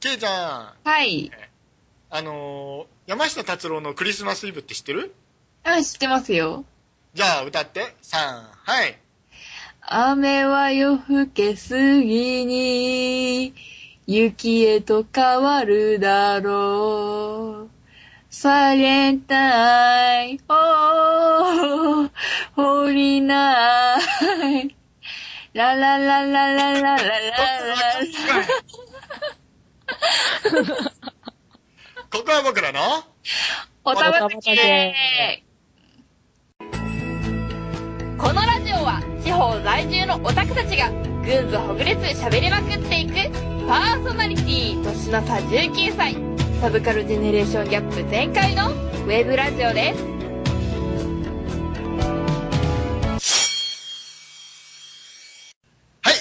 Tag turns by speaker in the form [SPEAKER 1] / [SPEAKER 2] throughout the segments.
[SPEAKER 1] ケイちゃん、
[SPEAKER 2] はい。
[SPEAKER 1] あのー山下達郎のクリスマスイブって知ってる
[SPEAKER 2] うん、知ってますよ。
[SPEAKER 1] じゃあ歌って。さん、はい。
[SPEAKER 2] 雨は夜更けすぎに、雪へと変わるだろう。サイレンタイ、おー、降りない。ラララララララララ。
[SPEAKER 1] ここは僕らの、
[SPEAKER 2] おたまたけ
[SPEAKER 3] このラジオは地方在住のオタクたちがぐんずほぐれつ喋りまくっていくパーソナリティ年の差19歳サブカルジェネレーションギャップ全開のウェブラジオです
[SPEAKER 1] はい。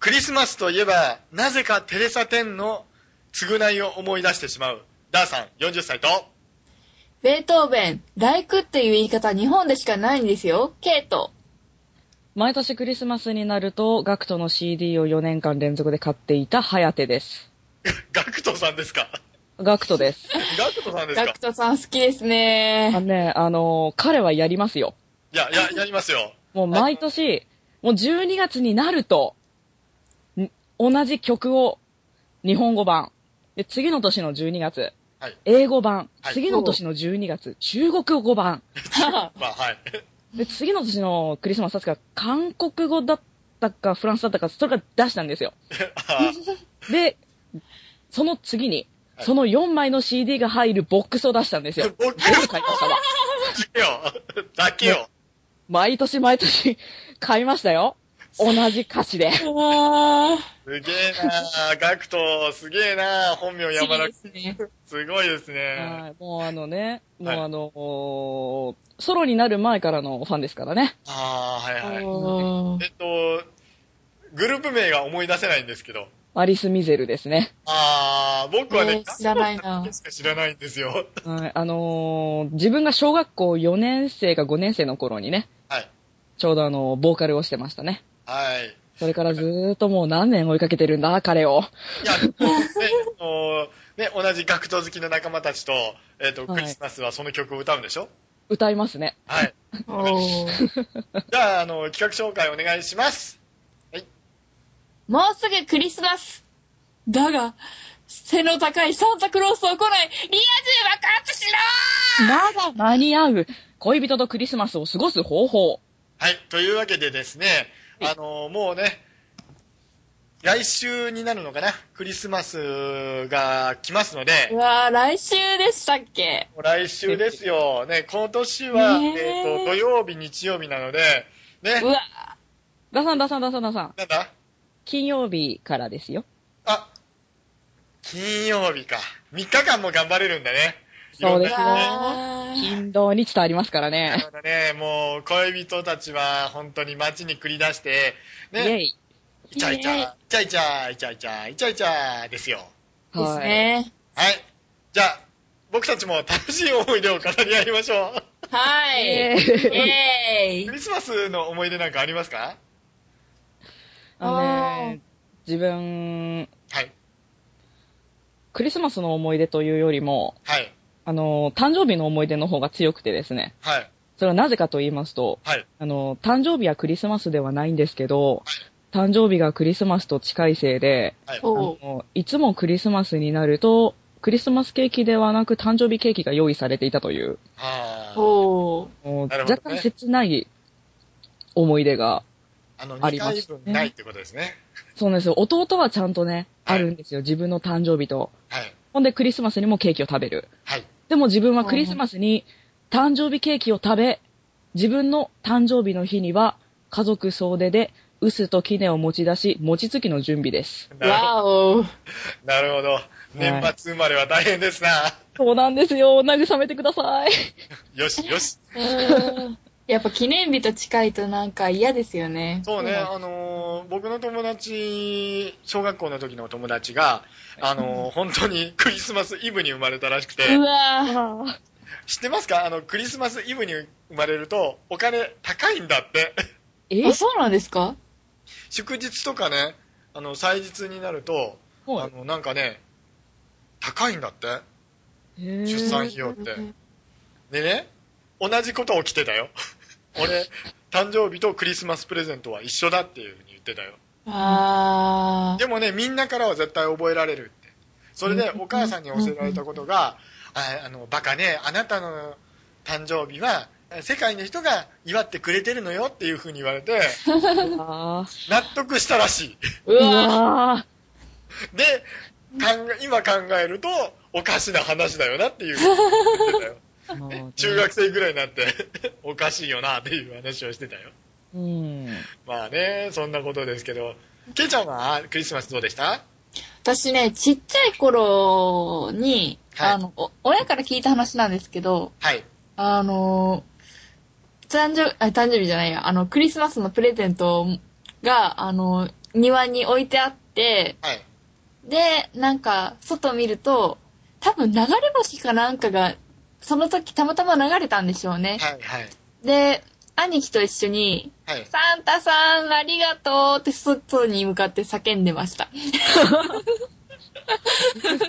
[SPEAKER 1] クリスマスといえば、なぜかテレサ・テンの償いを思い出してしまう。ダーさん、40歳と。
[SPEAKER 2] ベートーベン、大工っていう言い方日本でしかないんですよ。ケイト。
[SPEAKER 4] 毎年クリスマスになると、ガクトの CD を4年間連続で買っていたハヤテです。
[SPEAKER 1] ガクトさんですか
[SPEAKER 4] ガクトです。
[SPEAKER 1] ガクトさんです
[SPEAKER 2] ダ
[SPEAKER 1] か
[SPEAKER 2] クトさん好きです
[SPEAKER 4] あの
[SPEAKER 2] ね。
[SPEAKER 4] ね、あのー彼はやりますよ。
[SPEAKER 1] いや、や、やりますよ。
[SPEAKER 4] もう毎年、もう12月になると、ん同じ曲を日本語版、で次の年の12月、
[SPEAKER 1] はい
[SPEAKER 4] 英語版、
[SPEAKER 1] はい
[SPEAKER 4] 次の年の12月、中国語版、
[SPEAKER 1] まあ、はい。
[SPEAKER 4] で次の年のクリスマス確か韓国語だったかフランスだったか、それから出したんですよ。
[SPEAKER 1] あ
[SPEAKER 4] で、その次に、
[SPEAKER 1] はい
[SPEAKER 4] その4枚の CD が入るボックスを出したんです よ。
[SPEAKER 1] ボックス
[SPEAKER 4] 全部買いましたわ。
[SPEAKER 1] だけよ。だけよ。
[SPEAKER 4] 毎年毎年買いましたよ。同じ歌詞で。
[SPEAKER 2] う わー。
[SPEAKER 1] すげえなガクト、すげえな本名山田。
[SPEAKER 2] すね。
[SPEAKER 1] すごいですね。
[SPEAKER 4] はいもうあのね、も
[SPEAKER 1] は
[SPEAKER 4] う
[SPEAKER 1] い
[SPEAKER 4] あのーソロになる前からのファンですからね。
[SPEAKER 1] ああ、はいはい。
[SPEAKER 2] お ー
[SPEAKER 1] えっと、グループ名が思い出せないんですけど。
[SPEAKER 4] アリス・ミゼルですね。
[SPEAKER 1] ああ、僕はね
[SPEAKER 2] え、ー知らないな
[SPEAKER 1] しか知らないんですよ。
[SPEAKER 4] はい、あのー自分が小学校4年生か5年生の頃にね、
[SPEAKER 1] はい。
[SPEAKER 4] ちょうどあの、ボーカルをしてましたね。
[SPEAKER 1] はい。い
[SPEAKER 4] それからずーっともう何年追いかけてるんだ、彼を。
[SPEAKER 1] や、もうね、あのね、同じ学徒好きの仲間たちと、えっと、
[SPEAKER 4] は
[SPEAKER 1] ク
[SPEAKER 4] い
[SPEAKER 1] リスマスはその曲を歌うんでしょ
[SPEAKER 4] 歌いますね。
[SPEAKER 1] はい。
[SPEAKER 2] おー
[SPEAKER 1] じゃあ、あの、企画紹介お願いします。
[SPEAKER 2] もうすぐクリスマスだが、背の高いサンタクロースを来ないリア充爆発し
[SPEAKER 4] まだ間に合う。恋人とクリスマスを過ごす方法。
[SPEAKER 1] はい。というわけでですね、あの、もうね、来週になるのかなクリスマスが来ますので、
[SPEAKER 2] ろーうわー、来週でしたっけ
[SPEAKER 1] もう来週ですよ。ね、今年は、
[SPEAKER 2] ねえ
[SPEAKER 1] えっ、と、土曜日、日曜日なので、ね
[SPEAKER 2] う、わ
[SPEAKER 4] ダさんダさんダさんダさん。
[SPEAKER 1] なんだ
[SPEAKER 4] 金曜日からですよ。
[SPEAKER 1] あ、金曜日か。3日間も頑張れるんだね。
[SPEAKER 4] そうです
[SPEAKER 1] い
[SPEAKER 2] ー。
[SPEAKER 4] ね
[SPEAKER 1] ろ
[SPEAKER 2] うん
[SPEAKER 1] なね
[SPEAKER 2] わー
[SPEAKER 4] 金土に伝わりますから
[SPEAKER 1] なる
[SPEAKER 4] ね。
[SPEAKER 1] ほどね、もう、恋人たちは、本当に街に繰り出して、
[SPEAKER 4] イェ
[SPEAKER 1] ね、
[SPEAKER 4] イ。
[SPEAKER 1] イチャイチャ、イチャイチャ、イチャイチャ、イチャイチャですよ。
[SPEAKER 2] です
[SPEAKER 4] はい。
[SPEAKER 2] ね。
[SPEAKER 1] はい。じゃあ、僕たちも楽しい思い出を語り合いましょ
[SPEAKER 2] はい。
[SPEAKER 4] え
[SPEAKER 1] う。
[SPEAKER 2] イ
[SPEAKER 4] ー
[SPEAKER 2] ェ
[SPEAKER 1] ク
[SPEAKER 2] ーイ。
[SPEAKER 1] リスマスの思い出なんかありますか
[SPEAKER 4] あのね、自分、
[SPEAKER 1] はい。
[SPEAKER 4] クリスマスの思い出というよりも、
[SPEAKER 1] はい。
[SPEAKER 4] あの、誕生日の思い出の方が強くてですね。
[SPEAKER 1] はい。
[SPEAKER 4] それはなぜかと言いますと、
[SPEAKER 1] はい。
[SPEAKER 4] あの、誕生日はクリスマスではないんですけど、誕生日がクリスマスと近いせいで、
[SPEAKER 1] はい。
[SPEAKER 4] あ
[SPEAKER 2] おー
[SPEAKER 4] のいつもクリスマスになると、クリスマスケーキではなく誕生日ケーキが用意されていたという、
[SPEAKER 1] はあ。
[SPEAKER 2] おー。
[SPEAKER 4] もう
[SPEAKER 1] なるほどね
[SPEAKER 4] 若干切ない思い出が。
[SPEAKER 1] あの、
[SPEAKER 4] あ
[SPEAKER 1] 2
[SPEAKER 4] りま
[SPEAKER 1] 回
[SPEAKER 4] す
[SPEAKER 1] 分ないってことですね。
[SPEAKER 4] そうなんですよ。弟はちゃんとね、
[SPEAKER 1] はい
[SPEAKER 4] あるんですよ。自分の誕生日と。
[SPEAKER 1] はい。
[SPEAKER 4] ほんでクリスマスにもケーキを食べる。
[SPEAKER 1] はい。
[SPEAKER 4] でも自分はクリスマスに誕生日ケーキを食べ、自分の誕生日の日には家族総出で、臼と杵を持ち出し、餅つきの準備です。
[SPEAKER 1] なるほど
[SPEAKER 2] わおー。
[SPEAKER 1] なるほど。年末生まれは大変ですな。
[SPEAKER 4] そうなんですよ。慰めてください。
[SPEAKER 1] よし、よし。
[SPEAKER 2] うーんやっぱ記念日と近いとなんか嫌ですよね。
[SPEAKER 1] そうね、あのー僕の友達、小学校の時の友達が、あのー本当にクリスマスイブに生まれたらしくて、
[SPEAKER 2] うわ
[SPEAKER 1] 知ってますかあの、クリスマスイブに生まれると、お金高いんだって。
[SPEAKER 4] え
[SPEAKER 2] ー。あ、そうなんですか
[SPEAKER 1] 祝日とかね、あの、祭日になると、
[SPEAKER 4] はい
[SPEAKER 1] あの、なんかね、高いんだって。出
[SPEAKER 4] 出
[SPEAKER 1] 産費用って。でね、同じこと起きてた よ。俺、誕生日とクリスマスプレゼントは一緒だっていうふうに言ってたよ。
[SPEAKER 2] あー。
[SPEAKER 1] でもね、みんなからは絶対覚えられるって。それで
[SPEAKER 4] うん
[SPEAKER 1] お母さんに教えられたことが、ああの、バカね、あなたの誕生日は世界の人が祝ってくれてるのよっていうふうに言われ て、
[SPEAKER 4] あー
[SPEAKER 1] 納得したらしい。
[SPEAKER 3] う
[SPEAKER 4] う
[SPEAKER 3] わ
[SPEAKER 4] わ
[SPEAKER 1] で、考え今考えると、おかしな話だよなっていう言ってたよ。
[SPEAKER 4] ーもうね
[SPEAKER 1] 中学生ぐらいになって、 おかしいよなっていう話をしてたよ。
[SPEAKER 4] うん。
[SPEAKER 1] まあね、そんなことですけど、ケイちゃんはクリスマスどうでした
[SPEAKER 2] 私ね、ちっちゃい頃に、
[SPEAKER 1] はい
[SPEAKER 2] あの、お親から聞いた話なんですけど、
[SPEAKER 1] はい。
[SPEAKER 2] あの、誕生、あ、誕生日じゃないや、あの、クリスマスのプレゼントが、あの、庭に置いてあって、
[SPEAKER 1] はい。
[SPEAKER 2] で、なんか、外見ると、多分流れ星かなんかが、その時たまたま流れたんでしょうね。
[SPEAKER 1] はい。はい。
[SPEAKER 2] で、兄貴と一緒に、
[SPEAKER 1] はい。
[SPEAKER 2] サンタさんありがとうって外に向かって叫んでました。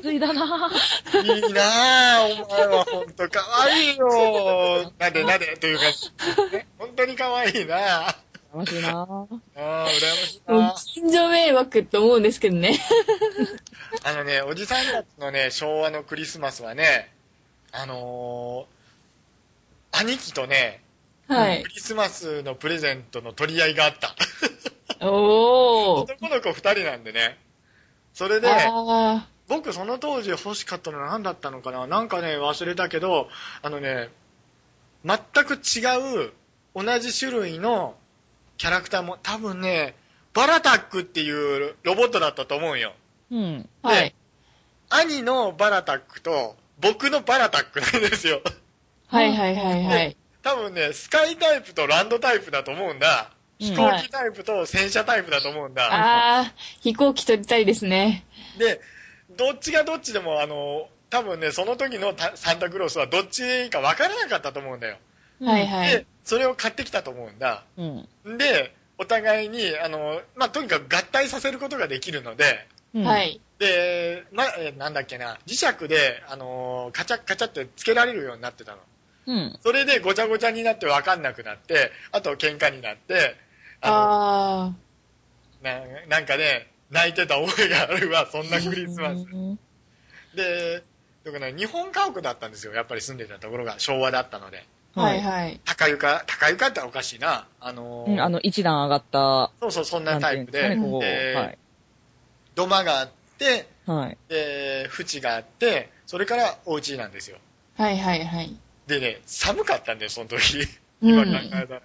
[SPEAKER 4] ついだなぁ。
[SPEAKER 1] いいなぁ、お前はほんとかわいい よなでなでというか、ね、ほんとにかわいいなぁ。あ
[SPEAKER 4] 楽しいなぁ。
[SPEAKER 1] あ、羨ましい
[SPEAKER 2] もう
[SPEAKER 1] なぁ。
[SPEAKER 2] 近所迷惑って思うんですけどね。
[SPEAKER 1] あのね、おじさんたちのね、昭和のクリスマスはね、あのー、兄貴とね、
[SPEAKER 2] はい
[SPEAKER 1] ク。リスマスのプレゼントの取り合いがあった。
[SPEAKER 2] おー。
[SPEAKER 1] 男の子二人なんでね。それで、
[SPEAKER 2] あ
[SPEAKER 1] 僕その当時欲しかったのは何だったのかななんかね、忘れたけど、あのね、全く違う、同じ種類のキャラクターも、多分ね、バラタックっていうロボットだったと思うよ。
[SPEAKER 4] うん。
[SPEAKER 2] ー。はい。
[SPEAKER 1] 兄のバラタックと、僕のバラタックなんですよ。
[SPEAKER 2] はいはいはいはい。
[SPEAKER 1] 多分ね、スカイタイプとランドタイプだと思うんだ。飛
[SPEAKER 2] こ
[SPEAKER 1] 行機タイプと戦車タイプだと思うんだ。
[SPEAKER 2] あー、飛行機撮りたいですね。
[SPEAKER 1] で、どっちがどっちでも、あの、多分ね、その時のたサンタクロースはどっちか分からなかったと思うんだよ。
[SPEAKER 2] はいはい
[SPEAKER 1] で。、それを買ってきたと思うんだ。
[SPEAKER 4] うん。
[SPEAKER 1] で、お互いに、あの、まあ、とにかく合体させることができるので、
[SPEAKER 4] うん
[SPEAKER 2] は。い。
[SPEAKER 1] で、ま、えなんだっけな、磁石で、あの、カチャッカチャってつけられるようになってたの。
[SPEAKER 4] うん。
[SPEAKER 1] それでごちゃごちゃになって分かんなくなって、あと喧嘩になって、あ
[SPEAKER 2] あ
[SPEAKER 1] のななんかね、泣いてた覚えがあるわ、そんなクリスマス。で、だからね日本家屋だったんですよ、やっぱり住んでたところが昭和だったので。
[SPEAKER 2] ー。はいはい。
[SPEAKER 1] 高床、高床っておかしいな。あのー
[SPEAKER 4] うん、あの、一段上がった、
[SPEAKER 1] そうそう、そんなタイプ
[SPEAKER 4] な
[SPEAKER 1] で、
[SPEAKER 4] んていうんですかね
[SPEAKER 1] で
[SPEAKER 4] こ
[SPEAKER 1] 土間があって、
[SPEAKER 4] こはい。はい。
[SPEAKER 1] で、縁があって、それからお家なんですよ。
[SPEAKER 2] はいはいはい。
[SPEAKER 1] でね、寒かったんだよ、その時。
[SPEAKER 2] うん
[SPEAKER 1] 今考えたら。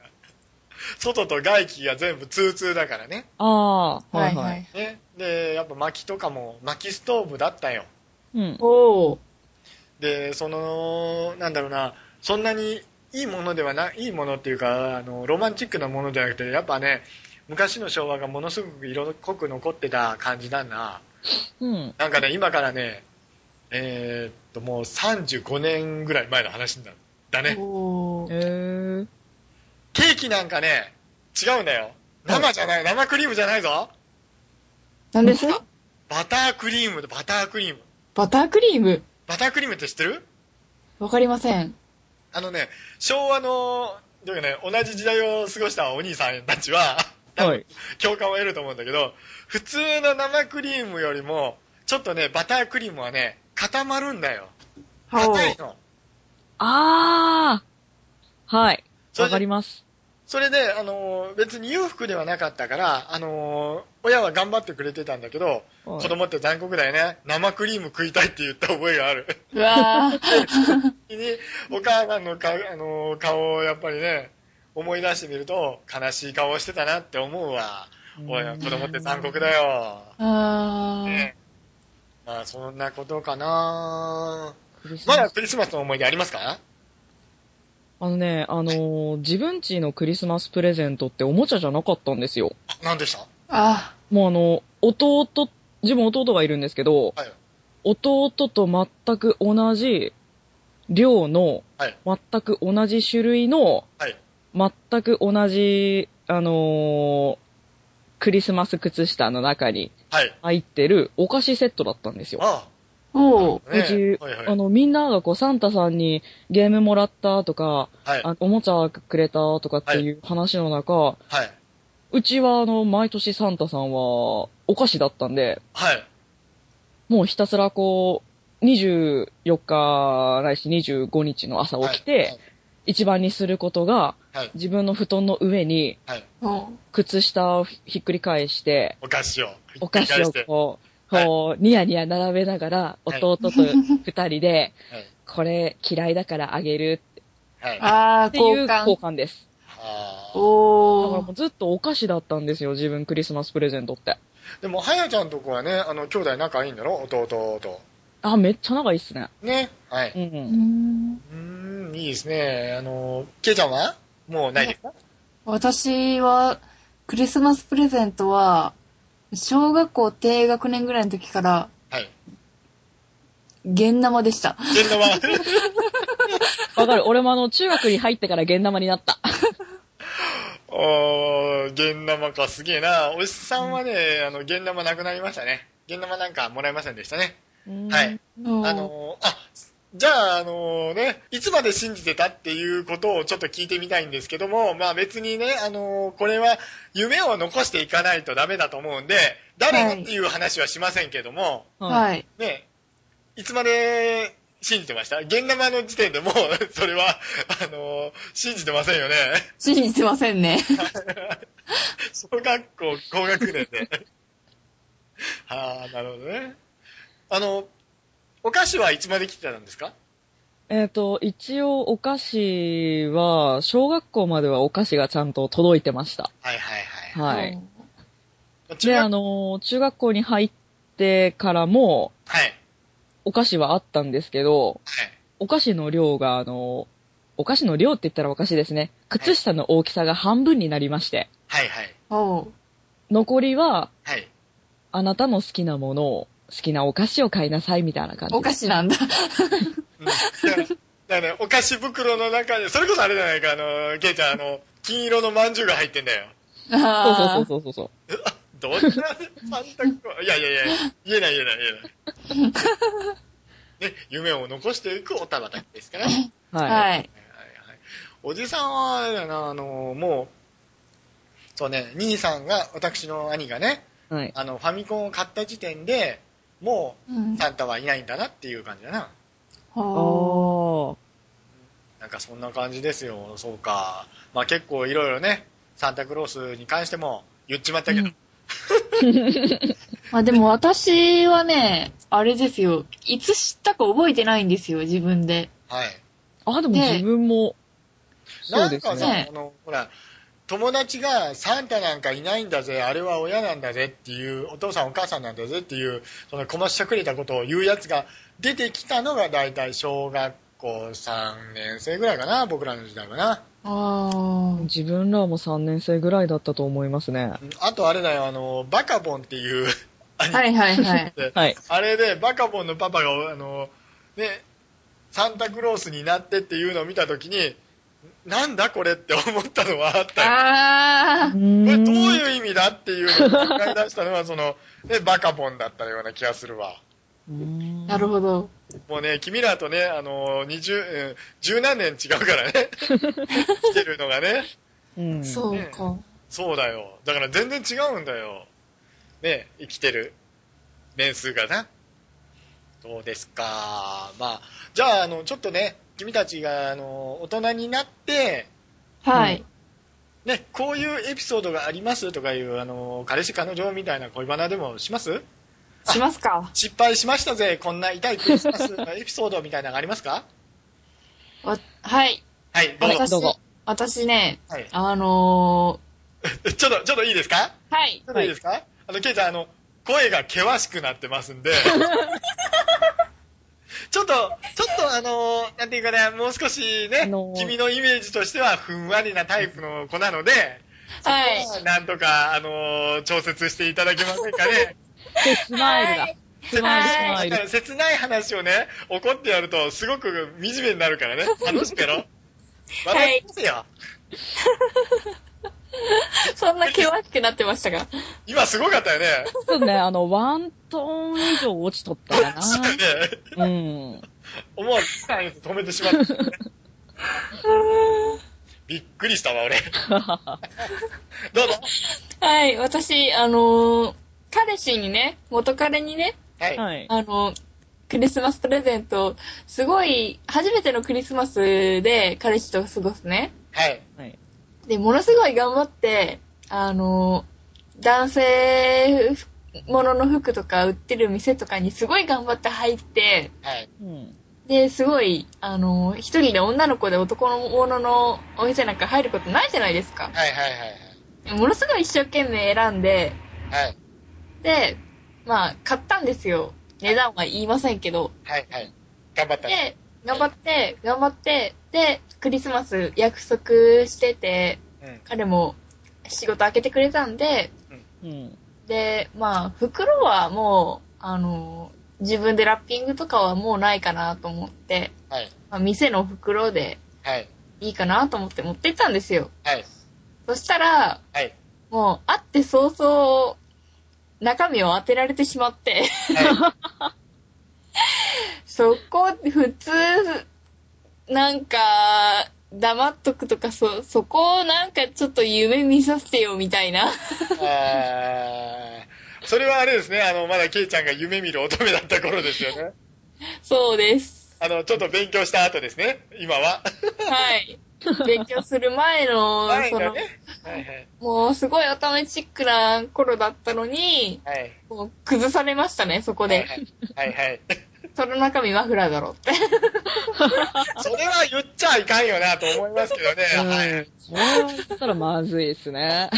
[SPEAKER 1] 外と外気が全部ツーツーだからね。
[SPEAKER 4] ああ、
[SPEAKER 2] は
[SPEAKER 4] はいい
[SPEAKER 2] は
[SPEAKER 4] はい。
[SPEAKER 2] い。
[SPEAKER 1] ね。で、やっぱ薪とかも、薪ストーブだったよ。
[SPEAKER 4] うん。
[SPEAKER 2] おー。
[SPEAKER 1] で、その、なんだろうな、そんなにいいものではない、いいものっていうか、あの、ロマンチックなものじゃなくて、やっぱね、昔の昭和がものすごく色濃く残ってた感じだな。
[SPEAKER 4] うん。
[SPEAKER 1] なんかね、今からね、えーっと、もう35年ぐらい前の話になったね。
[SPEAKER 2] おー。
[SPEAKER 4] えー。
[SPEAKER 1] ケーキなんかね、違うんだよ。生じゃない、生クリームじゃないぞ。
[SPEAKER 2] 何ですか
[SPEAKER 1] バタークリームだ、バタークリーム。
[SPEAKER 2] バタークリーム
[SPEAKER 1] バタークリームって知ってる
[SPEAKER 2] わかりません。
[SPEAKER 1] あのね、昭和の、どういうかね、同じ時代を過ごしたお兄さんたちは、
[SPEAKER 4] はい。
[SPEAKER 1] 共感を得ると思うんだけど、普通の生クリームよりも、ちょっとね、バタークリームはね、固まるんだよ。硬いの。
[SPEAKER 4] ああはい。
[SPEAKER 1] それ
[SPEAKER 4] わ
[SPEAKER 1] で
[SPEAKER 4] かります。
[SPEAKER 1] それで、あのー、別に裕福ではなかったから、あのー、親は頑張ってくれてたんだけど、
[SPEAKER 4] はい
[SPEAKER 1] 子供って残酷だよね。生クリーム食いたいって言った覚えがある。
[SPEAKER 2] うわー。
[SPEAKER 1] に、お母さんの顔、あのー顔をやっぱりね、思い出してみると、悲しい顔をしてたなって思うわ。おい、子供って残酷だよ。
[SPEAKER 2] あー。
[SPEAKER 1] ねまあ、そんなことかな
[SPEAKER 4] クリスマ
[SPEAKER 1] ま
[SPEAKER 4] ス
[SPEAKER 1] だクリスマスの思い出ありますか
[SPEAKER 4] あのね、あのー自分家のクリスマスプレゼントっておもちゃじゃなかったんですよ。
[SPEAKER 1] あ何でした
[SPEAKER 2] あ
[SPEAKER 4] もうあの、弟、自分弟がいるんですけど、
[SPEAKER 1] はい
[SPEAKER 4] 弟と全く同じ量の、
[SPEAKER 1] はい
[SPEAKER 4] 全く同じ種類の、
[SPEAKER 1] はい
[SPEAKER 4] 全く同じ、あのークリスマス靴下の中に
[SPEAKER 1] はい。
[SPEAKER 4] 入ってるお菓子セットだったんですよ。
[SPEAKER 1] あ
[SPEAKER 2] おう。
[SPEAKER 1] あ、ね
[SPEAKER 4] うち
[SPEAKER 1] はいはい。
[SPEAKER 4] あの、みんながこう、サンタさんにゲームもらったとか、
[SPEAKER 1] はい。
[SPEAKER 4] あおもちゃくれたとかっていう話の中、
[SPEAKER 1] はい。
[SPEAKER 4] うちはあの、毎年サンタさんはお菓子だったんで、
[SPEAKER 1] はい。
[SPEAKER 4] もうひたすらこう、24日ないし25日の朝起きて、一番にすることが、
[SPEAKER 1] はい
[SPEAKER 4] 自分の布団の上に
[SPEAKER 1] はい。はい。
[SPEAKER 2] おう
[SPEAKER 4] 靴下をひっくり返して、
[SPEAKER 1] お菓子を。
[SPEAKER 4] お菓子を
[SPEAKER 1] はい。
[SPEAKER 4] こう、こう、ニヤニヤ並べながら、
[SPEAKER 1] はい
[SPEAKER 4] 弟と二人で、これ嫌いだからあげる
[SPEAKER 1] はい。あ
[SPEAKER 2] あ
[SPEAKER 4] っ
[SPEAKER 2] ー、
[SPEAKER 4] ていう
[SPEAKER 2] 交
[SPEAKER 4] 交
[SPEAKER 2] 換。
[SPEAKER 4] 換です。
[SPEAKER 1] あー。
[SPEAKER 4] だか
[SPEAKER 2] お
[SPEAKER 4] らも
[SPEAKER 2] ー
[SPEAKER 4] うずっとお菓子だったんですよ、自分クリスマスプレゼントって。
[SPEAKER 1] でも、はやちゃんとこはね、あの、兄弟仲いいんだろ弟と。
[SPEAKER 4] あ、めっちゃ仲いいっすね。。。
[SPEAKER 1] ね。はいう
[SPEAKER 2] うんん
[SPEAKER 1] うーん、いいですね。あの、けいちゃんはもうないですか
[SPEAKER 2] 私は、クリスマスプレゼントは、小学校低学年ぐらいの時から、
[SPEAKER 1] はい。
[SPEAKER 2] 現生でした。
[SPEAKER 1] けん玉。
[SPEAKER 4] わかる。俺もあの、中学に入ってから現玉になった。
[SPEAKER 1] おー、ゲン生か、すげえな。おじさんはね、あの、ゲン生なくなりましたね。ゲン生なんかもらえませんでしたね。はい。あ
[SPEAKER 2] あ
[SPEAKER 1] のー、あ、じゃあ、あのね、いつまで信じてたっていうことをちょっと聞いてみたいんですけども、まあ別にね、あのーこれは夢を残していかないとダメだと思うんで、誰がっていう話はしませんけども、
[SPEAKER 4] い。
[SPEAKER 2] はい。
[SPEAKER 1] ね、いつまで信じてました現生の時点でもう、 それは、あのー信じてませんよね。
[SPEAKER 2] 信じてませんね。
[SPEAKER 1] 小学校高学年で。 はあ、なるほどね。あの、お菓子はいつまで来てたんですか
[SPEAKER 4] えっ、と、一応お菓子は、小学校まではお菓子がちゃんと届いてました。
[SPEAKER 1] はいはいはい。
[SPEAKER 4] はい。
[SPEAKER 1] 中
[SPEAKER 4] で、
[SPEAKER 1] 学
[SPEAKER 4] あのー、中学校に入ってからも、
[SPEAKER 1] はい。
[SPEAKER 4] お菓子はあったんですけど、
[SPEAKER 1] はい。
[SPEAKER 4] お菓子の量が、あのー、お菓子の量って言ったらおかしいですね。靴下の大きさが半分になりまして、
[SPEAKER 1] はいはい。
[SPEAKER 2] おう。
[SPEAKER 4] 残りは、
[SPEAKER 1] はい。
[SPEAKER 4] あなたの好きなものを、好きなお菓子を買いなさい、みたいな感じで。
[SPEAKER 2] お菓子なんだ。
[SPEAKER 1] うんだ から、だからね、お菓子袋の中で、それこそあれじゃないか、あの、ケイちゃん、あの、金色の饅頭が入ってんだよ。
[SPEAKER 4] そ
[SPEAKER 2] あ
[SPEAKER 4] うそうそうそうそう。
[SPEAKER 1] どんなサンタクロいやいやいや、言えない言えない言えない。ね、夢を残していくおたばたきですから。はい
[SPEAKER 2] ー
[SPEAKER 4] はい。
[SPEAKER 2] はい。
[SPEAKER 1] はいはいおじさんは、あれだな、あの、もう、そうね、兄さんが、私の兄がね、
[SPEAKER 4] はい。
[SPEAKER 1] あの、ファミコンを買った時点で、も
[SPEAKER 2] うん
[SPEAKER 1] う、サンタはいないんだなっていう感じだな。
[SPEAKER 2] おー
[SPEAKER 4] おー。
[SPEAKER 1] なんかそんな感じですよ。そうか。まあ結構いろいろね、サンタクロースに関しても言っちまったけど。
[SPEAKER 2] まあでも私はね、あれですよ。いつ知ったか覚えてないんですよ、自分で。
[SPEAKER 1] はい。
[SPEAKER 4] あ、でも
[SPEAKER 2] で
[SPEAKER 4] 自分も、そうです
[SPEAKER 1] なんか
[SPEAKER 4] ね。
[SPEAKER 1] さ、あの、ほら、友達がサンタなんかいないんだぜ、あれは親なんだぜっていう、お父さんお母さんなんだぜっていう、そのこましゃくれたことを言うやつが出てきたのが大体小学校3年生ぐらいかな、僕らの時代かな。
[SPEAKER 2] あ
[SPEAKER 4] 自分らも3年生ぐらいだったと思いますね。
[SPEAKER 1] うんあとあれだよ、あの、バカボンっていう アニメ
[SPEAKER 2] はいはいはい。
[SPEAKER 4] はい。
[SPEAKER 1] あれで、バカボンのパパが、あの、ね、サンタクロースになってっていうのを見たときに、なんだこれって思ったのはあったよ。
[SPEAKER 2] あ
[SPEAKER 4] う
[SPEAKER 2] ー
[SPEAKER 1] これ
[SPEAKER 4] ん
[SPEAKER 1] どういう意味だっていうのを考え出したのは、そ の、ね、バカボンだったような気がするわ。
[SPEAKER 2] なるほど。
[SPEAKER 1] もうね、君らとね、あの、二十、うん十何年違うから ね、来てるのがね。
[SPEAKER 4] うん
[SPEAKER 2] そうか。
[SPEAKER 1] そうだよ。だから全然違うんだよ。ね、生きてる年数がな。どうですか。まあ、じゃあ、あの、ちょっとね、君たちが、あの、大人になって、
[SPEAKER 2] はい。
[SPEAKER 1] ね、こういうエピソードがありますとかいう、あの、彼氏彼女みたいな恋バナでもします
[SPEAKER 2] しますか。
[SPEAKER 1] 失敗しましたぜ、こんな痛いクリスマ スのエピソードみたいなのがありますか
[SPEAKER 2] わはい。
[SPEAKER 1] はい、どうぞ。
[SPEAKER 2] 私
[SPEAKER 4] どうぞ、
[SPEAKER 2] 私ね、
[SPEAKER 1] はい、
[SPEAKER 2] あの
[SPEAKER 1] ちょっと、ちょっといいですか
[SPEAKER 2] ー、はい。
[SPEAKER 1] ちょっといいですか、あの、ケイちゃん、あの、声が険しくなってますん で、ちょっと、ちょっとあの、なんていうかね、もう少しね、
[SPEAKER 4] あのー
[SPEAKER 1] 君のイメージとしてはふんわりなタイプの子なので、
[SPEAKER 2] はい。
[SPEAKER 1] なんとか、あの、調節していただけませんかね。
[SPEAKER 4] でスマイルだ。スマイル、スマ
[SPEAKER 1] だ
[SPEAKER 4] イ
[SPEAKER 1] か
[SPEAKER 4] ル。
[SPEAKER 1] ら切ない話をね、怒ってやると、すごく惨 めになるからね、楽しくやろう。笑ってますよ。
[SPEAKER 2] そんな険しくなってましたが。
[SPEAKER 1] 今すごかったよね。
[SPEAKER 4] ちょっとね、あの、ワントーン以上落ちとったか
[SPEAKER 1] そうだよね。
[SPEAKER 4] な。うん。
[SPEAKER 1] 思わずスタン止めてしまった。 びっくりしたわ、俺。どうぞ。
[SPEAKER 2] はい、私、あのー彼氏にね、元彼にね、
[SPEAKER 1] はい。
[SPEAKER 4] はい。
[SPEAKER 2] あのクリスマスプレゼント、すごい、初めてのクリスマスで彼氏と過ごすね。
[SPEAKER 1] はい。
[SPEAKER 4] はい。
[SPEAKER 2] で、ものすごい頑張って、あの男性服ものの服とか売ってる店とかにすごい頑張って入って、
[SPEAKER 1] はい。
[SPEAKER 4] うん。
[SPEAKER 2] で、すごい、あの一人で女の子で男のもののお店なんか入ることないじゃないですか。
[SPEAKER 1] はい。はい。はい。
[SPEAKER 2] ものすごい一生懸命選んで、
[SPEAKER 1] はい。
[SPEAKER 2] で、まあ、買ったんですよ。値段は言いませんけど。
[SPEAKER 1] はい。はい。頑張ったね。
[SPEAKER 2] で、頑張って、頑張って、で、クリスマス約束してて、
[SPEAKER 1] うん。
[SPEAKER 2] 彼も仕事開けてくれたんで、
[SPEAKER 4] うん。
[SPEAKER 2] で、まあ、袋はもう、あの、自分でラッピングとかはもうないかなと思って、
[SPEAKER 1] はい。
[SPEAKER 2] まあ、店の袋で
[SPEAKER 1] はい。
[SPEAKER 2] いいかなと思って持ってったんですよ。
[SPEAKER 1] はい。
[SPEAKER 2] そしたら、
[SPEAKER 1] はい。
[SPEAKER 2] もう、会って早々、中身を当てられてしまって、
[SPEAKER 1] は
[SPEAKER 2] そこ、普通、なんか、黙っとくとか、そ、そこをなんかちょっと夢見させてよみた いな。
[SPEAKER 1] い。あーそれはあれですね、あの、まだケイちゃんが夢見る乙女だった頃ですよね。
[SPEAKER 2] そうです。
[SPEAKER 1] あの、ちょっと勉強した後ですね、今は。
[SPEAKER 2] はい。勉強する前の、
[SPEAKER 1] 前
[SPEAKER 2] そ
[SPEAKER 1] が
[SPEAKER 2] の、
[SPEAKER 1] ね。はいはい。
[SPEAKER 2] もうすごい乙女チックな頃だったのに、
[SPEAKER 1] はい。
[SPEAKER 2] もう崩されましたね、そこ
[SPEAKER 1] はい
[SPEAKER 2] で。
[SPEAKER 1] はい。はい
[SPEAKER 2] その中身マフラーだろって。
[SPEAKER 1] はい。それは言っちゃいかんよなと思いますけどね。はい。
[SPEAKER 4] うんそれは言ったらまずいですね。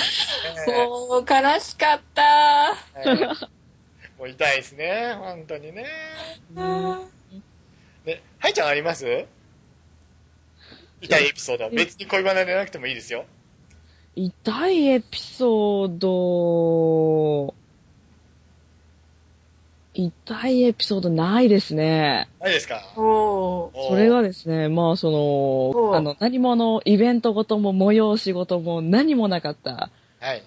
[SPEAKER 1] ね
[SPEAKER 2] もう悲しかった。
[SPEAKER 1] はいもう痛いですね、本当にね。ね、はいちゃんあります痛いエピソード。別に恋バナでなくてもいいですよ。
[SPEAKER 4] 痛いエピソード、痛いエピソードないですね。
[SPEAKER 1] ないですか
[SPEAKER 2] おー。
[SPEAKER 1] おー
[SPEAKER 4] それはですね、まあそ
[SPEAKER 2] お
[SPEAKER 4] の、あの、何もあの、イベントごとも催しごとも何もなかった
[SPEAKER 1] はい。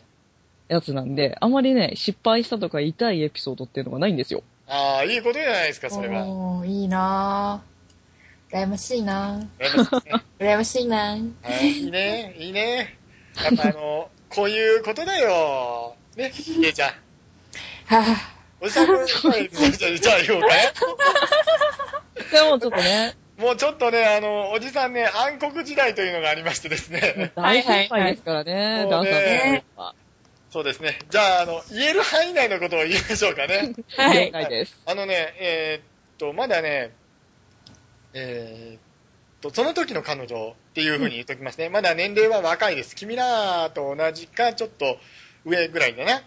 [SPEAKER 4] やつなんで、あまりね、失敗したとか痛いエピソードっていうのがないんですよ。
[SPEAKER 1] ああ、いいことじゃないですか、それは。
[SPEAKER 2] おー、いいなぁ。羨ましいなぁ。
[SPEAKER 1] やりますね
[SPEAKER 2] 羨ましいなぁ。
[SPEAKER 1] はい、いいね、いいね。やっぱあの、こういうことだよ。ね、いえちゃん。
[SPEAKER 2] はぁ。
[SPEAKER 1] おじさんも、はいじゃあ、じゃあ言おうかね。
[SPEAKER 4] でもちょっと ね、
[SPEAKER 1] もうちょっとね、あの、おじさんね、暗黒時代というのがありましてですね。
[SPEAKER 4] 大失敗ですからね、ダンサーの方は。
[SPEAKER 1] そうですね。じゃあ、あの、言える範囲内のことを言いましょうかね。
[SPEAKER 2] は
[SPEAKER 4] 了
[SPEAKER 2] い。
[SPEAKER 4] 解です。。
[SPEAKER 1] あのね、えーっと、まだね、えーっと、その時の彼女っていうふうに言っときますね。まだ年齢は若いです。君らと同じか、ちょっと上ぐらいだな。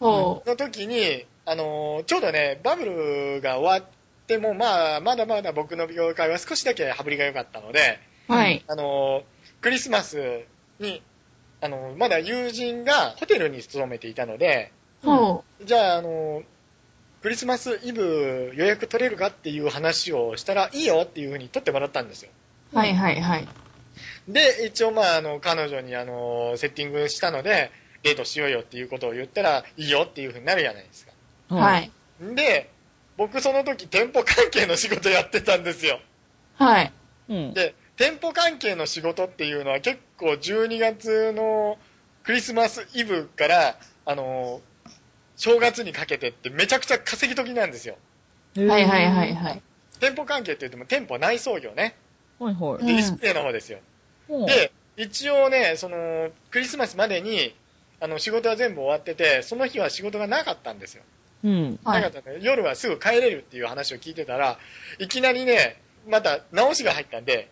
[SPEAKER 2] ほ
[SPEAKER 1] の時に、あのーちょうどね、バブルが終わっても、まあ、まだまだ僕の業界は少しだけ羽振りが良かったので、
[SPEAKER 2] う。はい。
[SPEAKER 1] あのークリスマスに、あのーまだ友人がホテルに勤めていたので、
[SPEAKER 2] ほ
[SPEAKER 1] じゃあ、あのークリスマスイブ予約取れるかっていう話をしたらいいよっていうふうに取ってもらったんですよ。
[SPEAKER 2] う。はいはいはい。
[SPEAKER 1] で、一応まあ、あの、彼女にあのーセッティングしたので、デートしようよっていうことを言ったらいいよっていうふうになるじゃないですか。
[SPEAKER 2] はいい。
[SPEAKER 1] で、僕その時店舗関係の仕事やってたんですよ。
[SPEAKER 2] はい。
[SPEAKER 4] うん。
[SPEAKER 1] で、店舗関係の仕事っていうのは結構12月のクリスマスイブから、あのー正月にかけてってめちゃくちゃ稼ぎ時なんですよ。
[SPEAKER 2] はいはいはいはい。
[SPEAKER 1] 店舗関係って言っても店舗内装業ね。
[SPEAKER 4] はいは
[SPEAKER 1] デ
[SPEAKER 2] うん
[SPEAKER 1] ィスプレイの方ですよ。
[SPEAKER 4] い。
[SPEAKER 1] で、一応ね、その、クリスマスまでに、あの、仕事は全部終わってて、その日は仕事がなかったんですよ。
[SPEAKER 4] うん。
[SPEAKER 2] は。
[SPEAKER 1] ないかったんで夜はすぐ帰れるっていう話を聞いてたら、いきなりね、また直しが入ったんで、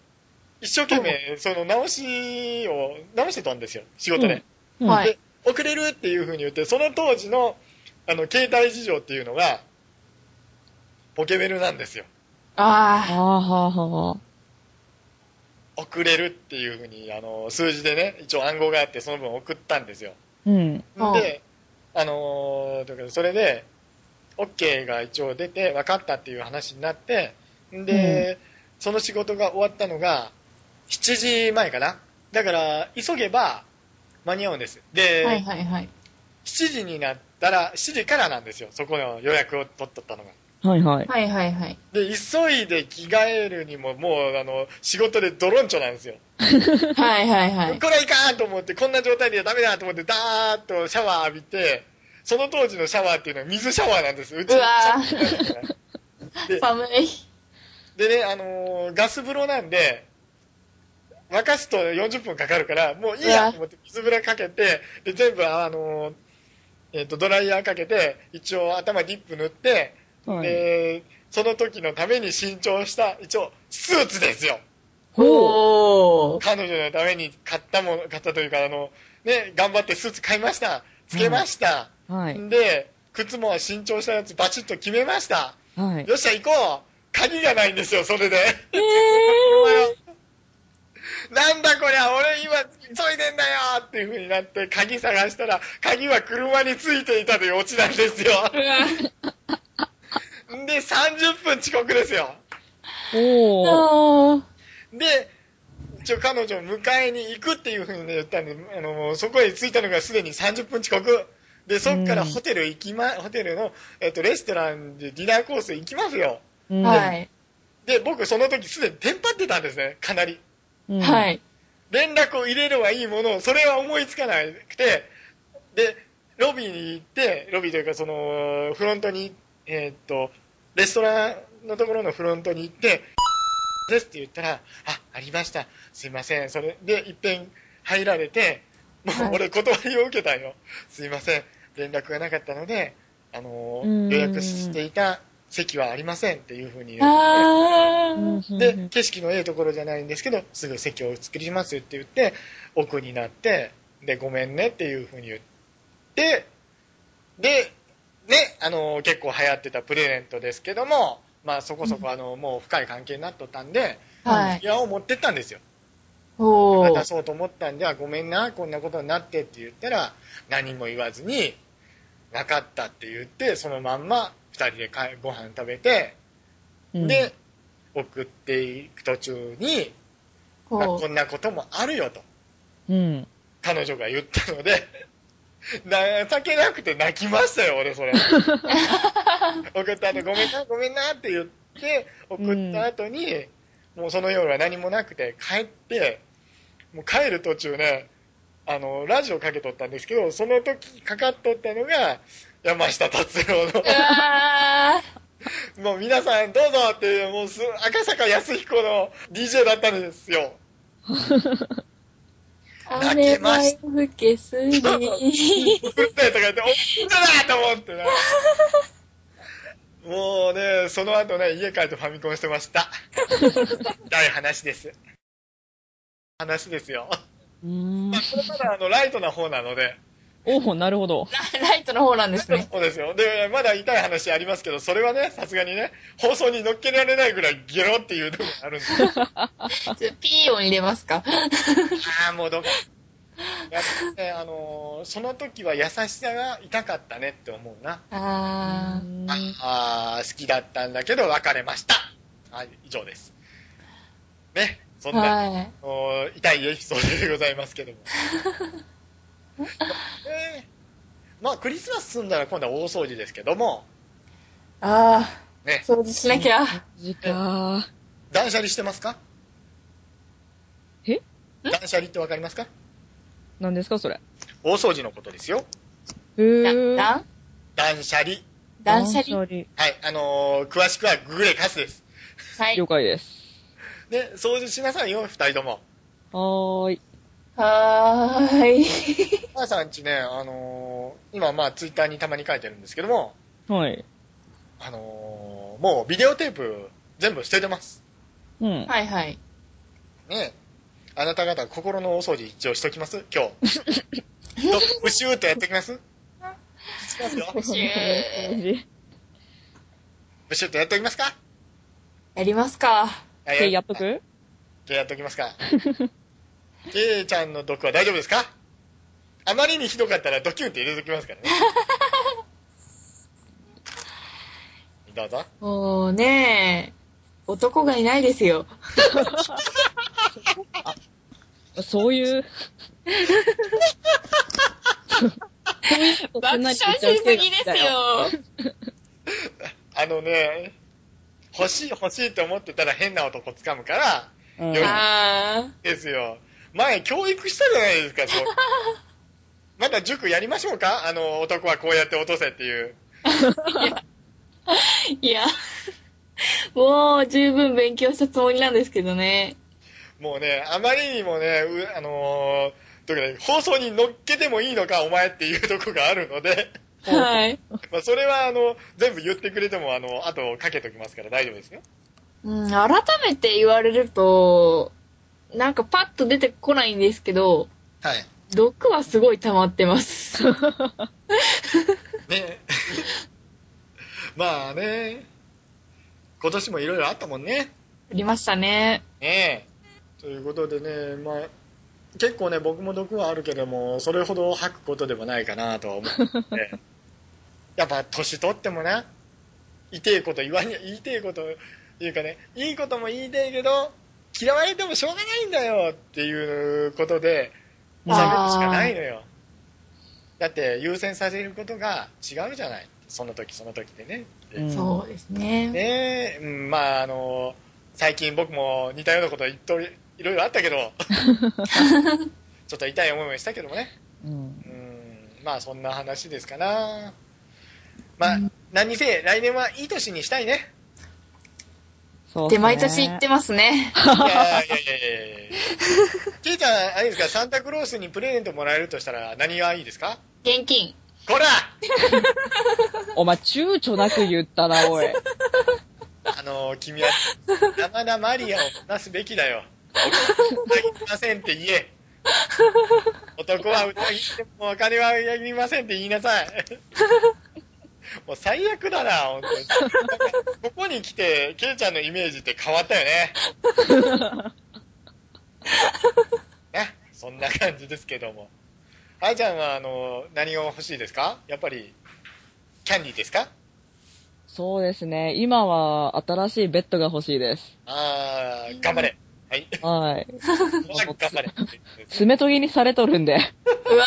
[SPEAKER 1] 一生懸命その直しを直してたんですよ、仕事で。
[SPEAKER 4] うん
[SPEAKER 2] はい
[SPEAKER 1] で、遅れるっていう風に言って、その当時の、あの、携帯事情っていうのが、ポケベルなんですよ。
[SPEAKER 4] あ
[SPEAKER 2] あ
[SPEAKER 4] あはあはあ。
[SPEAKER 1] 遅れるっていう風に、あの、数字でね、一応暗号があって、その分送ったんですよ。
[SPEAKER 4] うん。
[SPEAKER 2] うん
[SPEAKER 1] で、あのーだからそれで、OK が一応出て、分かったっていう話になって、で、その仕事が終わったのが、7時前かな。だから、急げば、間に合うんです。で、
[SPEAKER 2] はいはいはい。
[SPEAKER 1] 7時になったら、7時からなんですよ、そこの予約を取っとったのが。
[SPEAKER 4] はいはい。
[SPEAKER 2] はいはいはい。
[SPEAKER 1] で、急いで着替えるにも、もう、あの、仕事でドロンチョなんですよ。
[SPEAKER 2] はいはいは い。
[SPEAKER 1] これいかんと思って、こんな状態ではダメだと思って、ダーッとシャワー浴びて、その当時のシャワーっていうのは水シャワーなんです。うち
[SPEAKER 2] うわ
[SPEAKER 1] シャワーなんですねで
[SPEAKER 2] 寒い。
[SPEAKER 1] でね、あのーガス風呂なんで、沸かすと40分かかるから、もういいうや
[SPEAKER 2] わ
[SPEAKER 1] と思って水風呂かけて、で、全部、あのーえっ、と、ドライヤーかけて、一応頭ディップ塗って、
[SPEAKER 4] はい。
[SPEAKER 1] で、その時のために新調した、一応、スーツですよ。
[SPEAKER 4] ほう。
[SPEAKER 2] おー。
[SPEAKER 1] 彼女のために買ったもの、買ったというか、あの、ね、頑張ってスーツ買いました。つけました。
[SPEAKER 4] はい。
[SPEAKER 1] で、靴も新調したやつバチッと決めました。
[SPEAKER 4] はい。
[SPEAKER 1] よっしゃ、行こう鍵がないんですよ、そ れで。
[SPEAKER 4] え
[SPEAKER 1] お前はなんだこりゃ、俺今、急いでんだよっていう風になって、鍵探したら、鍵は車についていたというオチなんですよ。
[SPEAKER 2] う わ
[SPEAKER 1] で、30分遅刻ですよ。
[SPEAKER 4] おー。
[SPEAKER 2] おー。
[SPEAKER 1] で、一応彼女を迎えに行くっていう風に言ったんで、あの、そこへ着いたのがすでに30分遅刻。で、そっからホテル行きま、ホテルの、えっと、レストランでディナーコース行きますよ。
[SPEAKER 4] うん
[SPEAKER 2] はい。
[SPEAKER 1] で、僕その時すでにテンパってたんですね、かなり。
[SPEAKER 4] うん
[SPEAKER 2] はい。
[SPEAKER 1] 連絡を入れればいいものを、それは思いつかなくて、で、ロビーに行って、ロビーというかその、フロントに、えーっと、レストランのところのフロントに行って、ですって言ったら、あ、ありました。すいません。それで、いっぺん入られて、も
[SPEAKER 2] は
[SPEAKER 1] う
[SPEAKER 2] い
[SPEAKER 1] 俺断りを受けたんよ。すいません。連絡がなかったので、あの
[SPEAKER 4] うーん
[SPEAKER 1] ー、予約していた席はありませんっていうふうに言って
[SPEAKER 2] あ
[SPEAKER 4] うん
[SPEAKER 2] ー。
[SPEAKER 1] で、景色のええところじゃないんですけど、すぐ席を作りますって言って、奥になって、で、ごめんねっていうふうに言って、で、ね、あの、結構流行ってたプレゼントですけども、まあそこそこあの、もう深い関係になっとったんで、
[SPEAKER 2] はい
[SPEAKER 1] 指輪を持ってったんですよ。
[SPEAKER 2] お
[SPEAKER 1] 渡
[SPEAKER 2] ー。
[SPEAKER 1] そうと思ったんで、あごめんな、こんなことになってって言ったら、何も言わずに、なかったって言って、そのまんま二人でかご飯食べて、
[SPEAKER 4] うん、
[SPEAKER 1] で、送っていく途中に、まあ
[SPEAKER 2] お
[SPEAKER 1] こ
[SPEAKER 2] ー。
[SPEAKER 1] んなこともあるよと
[SPEAKER 4] うん。
[SPEAKER 1] 彼女が言ったので 情けなくて泣きましたよ俺 それ送った後ごめんなごめんなって言って送った後に、もうその夜は何もなくて帰ってもう帰る途中ねあのラジオかけとったんですけどその時かかっとったのが山下達郎の
[SPEAKER 2] うわ
[SPEAKER 1] もう皆さんどうぞっていう、もうす赤坂安彦の DJ だったんですよ。
[SPEAKER 2] ー。雨は
[SPEAKER 1] 泣
[SPEAKER 2] 夜更けすぎ。
[SPEAKER 1] うるせえとか言って、おっだと思 ってな。もうね、その後ね、家帰ってファミコンしてま した。大話です。話ですよ。
[SPEAKER 4] うーん
[SPEAKER 1] まあ、これまだあの、ライトな方なので、
[SPEAKER 4] おー、なるほど。
[SPEAKER 2] ライトの方なんですね。
[SPEAKER 1] そうですよ。で、まだ痛い話ありますけど、それはね、さすがにね、放送に乗っけられないぐらいゲロっていうのがあるんですよ。
[SPEAKER 2] ちょピー音入れますか
[SPEAKER 1] ああ、もうどうか。やっぱりね、あのーその時は優しさが痛かったねって思うな。
[SPEAKER 2] あー。
[SPEAKER 4] うん
[SPEAKER 1] ああー、好きだったんだけど別れました。はい、以上です。ね、そんな、
[SPEAKER 2] は
[SPEAKER 1] あのー痛いエピソードでございますけど も。えーまあ、クリスマス済んだら今度は大掃除ですけども、
[SPEAKER 2] い。あー。
[SPEAKER 1] ね、
[SPEAKER 2] 掃除しなきゃ。
[SPEAKER 4] 時間。
[SPEAKER 1] 断捨離してますか
[SPEAKER 4] え
[SPEAKER 1] 断捨離ってわかりますか
[SPEAKER 4] 何ですか、それ。
[SPEAKER 1] 大掃除のことですよ。
[SPEAKER 4] へぇ
[SPEAKER 2] だん
[SPEAKER 1] 断捨離。
[SPEAKER 2] 断捨離。
[SPEAKER 1] はい、あのー詳しくはググレカスです。
[SPEAKER 2] はい
[SPEAKER 4] 了。解です。
[SPEAKER 1] で、掃除しなさいよ、二人とも。
[SPEAKER 4] はーい。
[SPEAKER 2] はーい。
[SPEAKER 1] 母さんちね、あのー今まあツイッターにたまに書いてるんですけども、
[SPEAKER 4] はい。
[SPEAKER 1] あのーもうビデオテープ全部捨ててます。
[SPEAKER 4] うん。
[SPEAKER 2] はいはい。
[SPEAKER 1] ねえあなた方心の大掃除一応しときます今 日。どブシューっとやってきますしますよ。
[SPEAKER 2] シュー
[SPEAKER 1] ブシューっとやっておきますか
[SPEAKER 2] やりますか。
[SPEAKER 1] は
[SPEAKER 4] 手やっとく
[SPEAKER 1] 手やっときますか。けいちゃんの毒は大丈夫ですかあまりにひどかったらドキュンって入れときますから ね。どうぞ。
[SPEAKER 2] もうねえ、男がいないですよ。
[SPEAKER 4] そう いう。
[SPEAKER 3] 爆笑しすぎですよ。
[SPEAKER 1] あのね、欲しい欲しいって思ってたら変な男掴むから、
[SPEAKER 4] うん
[SPEAKER 1] より
[SPEAKER 3] あ
[SPEAKER 1] ですよ。前、教育したじゃないですか、 そうまた塾やりましょうかあの、男はこうやって落とせっていう。
[SPEAKER 3] ーいや、
[SPEAKER 2] もう十分勉強したつもりなんですけどね。
[SPEAKER 1] もうね、あまりにもね、うあのーというかね放送に乗っけてもいいのか、お前っていうとこがあるので、
[SPEAKER 2] はい。
[SPEAKER 1] まあ、それは、あの、全部言ってくれても、あの、あとかけときますから大丈夫ですよ。
[SPEAKER 2] うん、改めて言われると、なんかパッと出てこないんですけど、
[SPEAKER 1] はい。
[SPEAKER 2] 毒はすごい溜まってます。
[SPEAKER 1] ねまあね、今年もいろいろあったもんね。
[SPEAKER 2] ありました ね。
[SPEAKER 1] ねえ。ということでね、まあ、結構ね、僕も毒はあるけども、それほど吐くことでもないかなとは思 ってやっぱ年取ってもね、痛いこと言わにゃ、言いてえこと、いうかね、いいことも言いてえけど、嫌われてもしょうがないんだよっていうことで、喋るしかないのよ。だって、優先されることが違うじゃない。その時その時でね。
[SPEAKER 4] うん
[SPEAKER 2] そうですね。
[SPEAKER 1] ねえ、うん、まああの、最近僕も似たようなこと言っとり、いろいろあったけど、ちょっと痛い思いもしたけどもね、
[SPEAKER 4] うん
[SPEAKER 1] うん、まあそんな話ですかな。まあ、何にせえ、来年はいい年にしたいね。
[SPEAKER 4] そうっ
[SPEAKER 2] っ
[SPEAKER 4] すね
[SPEAKER 2] て毎年言ってますね。
[SPEAKER 1] いやいやいやいやいや。ケイちゃん、あれですか、サンタクロースにプレゼントもらえるとしたら何がいいですか
[SPEAKER 2] 現金。
[SPEAKER 1] こら
[SPEAKER 4] お前、躊躇なく言ったな、おい。
[SPEAKER 1] あの、君は、山田マリアを出すべきだよ。僕は裏切りませんって言え。男は裏切ってもお金は裏切りませんって言いなさい。もう最悪だな、本当に。ここに来て、ケイちゃんのイメージって変わったよね。ね、そんな感じですけども。あいちゃんは、あの、何を欲しいですかやっぱり、キャンディーですか
[SPEAKER 4] そうですね。今は新しいベッドが欲しいです。
[SPEAKER 1] あー、頑張れ。はい。
[SPEAKER 4] はい。
[SPEAKER 1] 頑張れ。
[SPEAKER 4] 爪研ぎにされとるんで。
[SPEAKER 2] うわ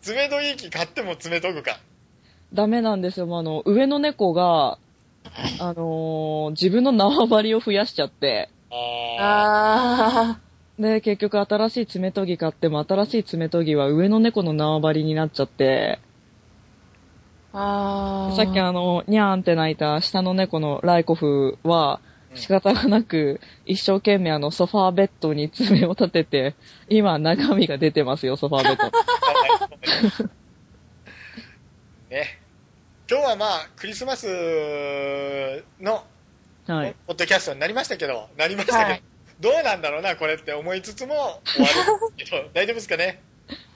[SPEAKER 1] 爪研ぎ機買っても爪研ぐか。
[SPEAKER 4] ダメなんですよ。もうあの、上の猫 が、あのー自分の縄張りを増やしちゃって、
[SPEAKER 2] ー。
[SPEAKER 1] あ
[SPEAKER 2] あ
[SPEAKER 4] で、結局新しい爪研ぎ買っても、新しい爪研ぎは上の猫の縄張りになっちゃって、
[SPEAKER 2] ー。あー。
[SPEAKER 4] さっきあの、にゃーんって泣いた下の猫のライコフは、
[SPEAKER 1] うん
[SPEAKER 4] 仕方がなく、一生懸命あの、ソファーベッドに爪を立てて、今中身が出てますよ、ソファーベッド。
[SPEAKER 1] あ。ね。今日はまあ、クリスマスの
[SPEAKER 4] はい。
[SPEAKER 1] ポッドキャストになりましたけど、なりましたけど、
[SPEAKER 2] はい
[SPEAKER 1] どうなんだろうな、これって思いつつも終わるんですけど、大丈夫ですかね。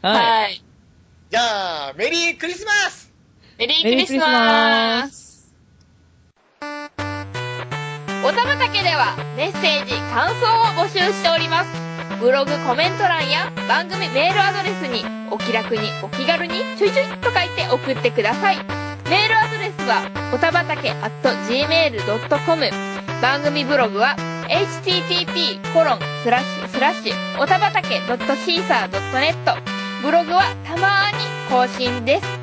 [SPEAKER 4] はい。
[SPEAKER 2] はい。
[SPEAKER 1] じゃあ、メリークリスマス
[SPEAKER 2] メリー
[SPEAKER 4] メ
[SPEAKER 2] ク
[SPEAKER 4] リー
[SPEAKER 2] リ
[SPEAKER 4] ク
[SPEAKER 2] ス
[SPEAKER 4] リスマ
[SPEAKER 2] マ
[SPEAKER 4] ー
[SPEAKER 2] ス。
[SPEAKER 3] おたまたけではメッセージ、感想を募集しております。ブログコメント欄や番組メールアドレスにお気楽にお気軽にちょいちょいと書いて送ってください。メールアドレスはおたばたけ gmail.com 番組ブログは http コロンスラッシュスラッシュおたばたけ .caesar.net ブログはたまーに更新です。